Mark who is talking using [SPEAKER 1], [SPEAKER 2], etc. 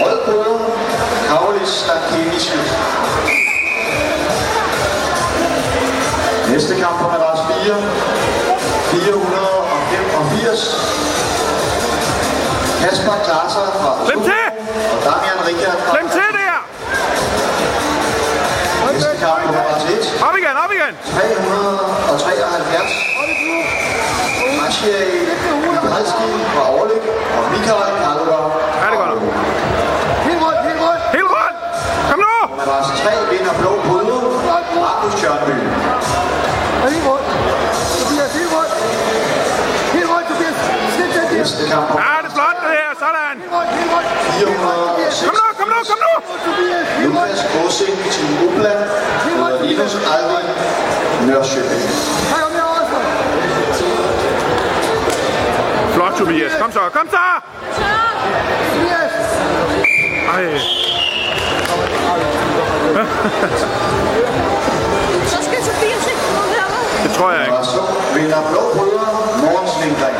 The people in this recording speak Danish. [SPEAKER 1] Rødbrød, Kavlis Stankiewicz. Næste kamp på Madras 4, 485. Kasper Klasser fra
[SPEAKER 2] Klem til!
[SPEAKER 1] og Damian Rikard fra
[SPEAKER 2] Klem til der!
[SPEAKER 1] næste kamp på Madras 1,
[SPEAKER 2] Op igen, op igen!
[SPEAKER 1] 373. Maciej Mikalski fra Overlæg og Mikael Kalvar.
[SPEAKER 2] Ja, det er godt nok.
[SPEAKER 1] Helt rundt, helt rundt.
[SPEAKER 2] Helt rundt! Kom nu!
[SPEAKER 1] Madras 3 vinder blå pudel. Markus Tjørnby.
[SPEAKER 3] Helt rundt. Tobias, helt rundt. Helt rundt, Tobias. Snit den der.
[SPEAKER 1] Næste kamp
[SPEAKER 2] Ja, det er flot det her, sådan!
[SPEAKER 3] Helt rundt, helt rundt.
[SPEAKER 1] 406.
[SPEAKER 2] Kom nu, kom nu, kom nu!
[SPEAKER 3] Tobias, helt rundt.
[SPEAKER 1] Lukas Gåsing til Opland. Møder Linus Alvin Nørresjøbing.
[SPEAKER 3] Hej, kom herovre, så.
[SPEAKER 2] Flot, Tobias. Kom så, kom så!
[SPEAKER 3] Tobias.
[SPEAKER 2] Ej,
[SPEAKER 4] Så skal Tobias ikke komme herovre.
[SPEAKER 2] det tror jeg ikke.
[SPEAKER 1] Og så vinder blå brødre Mogens Lindgren.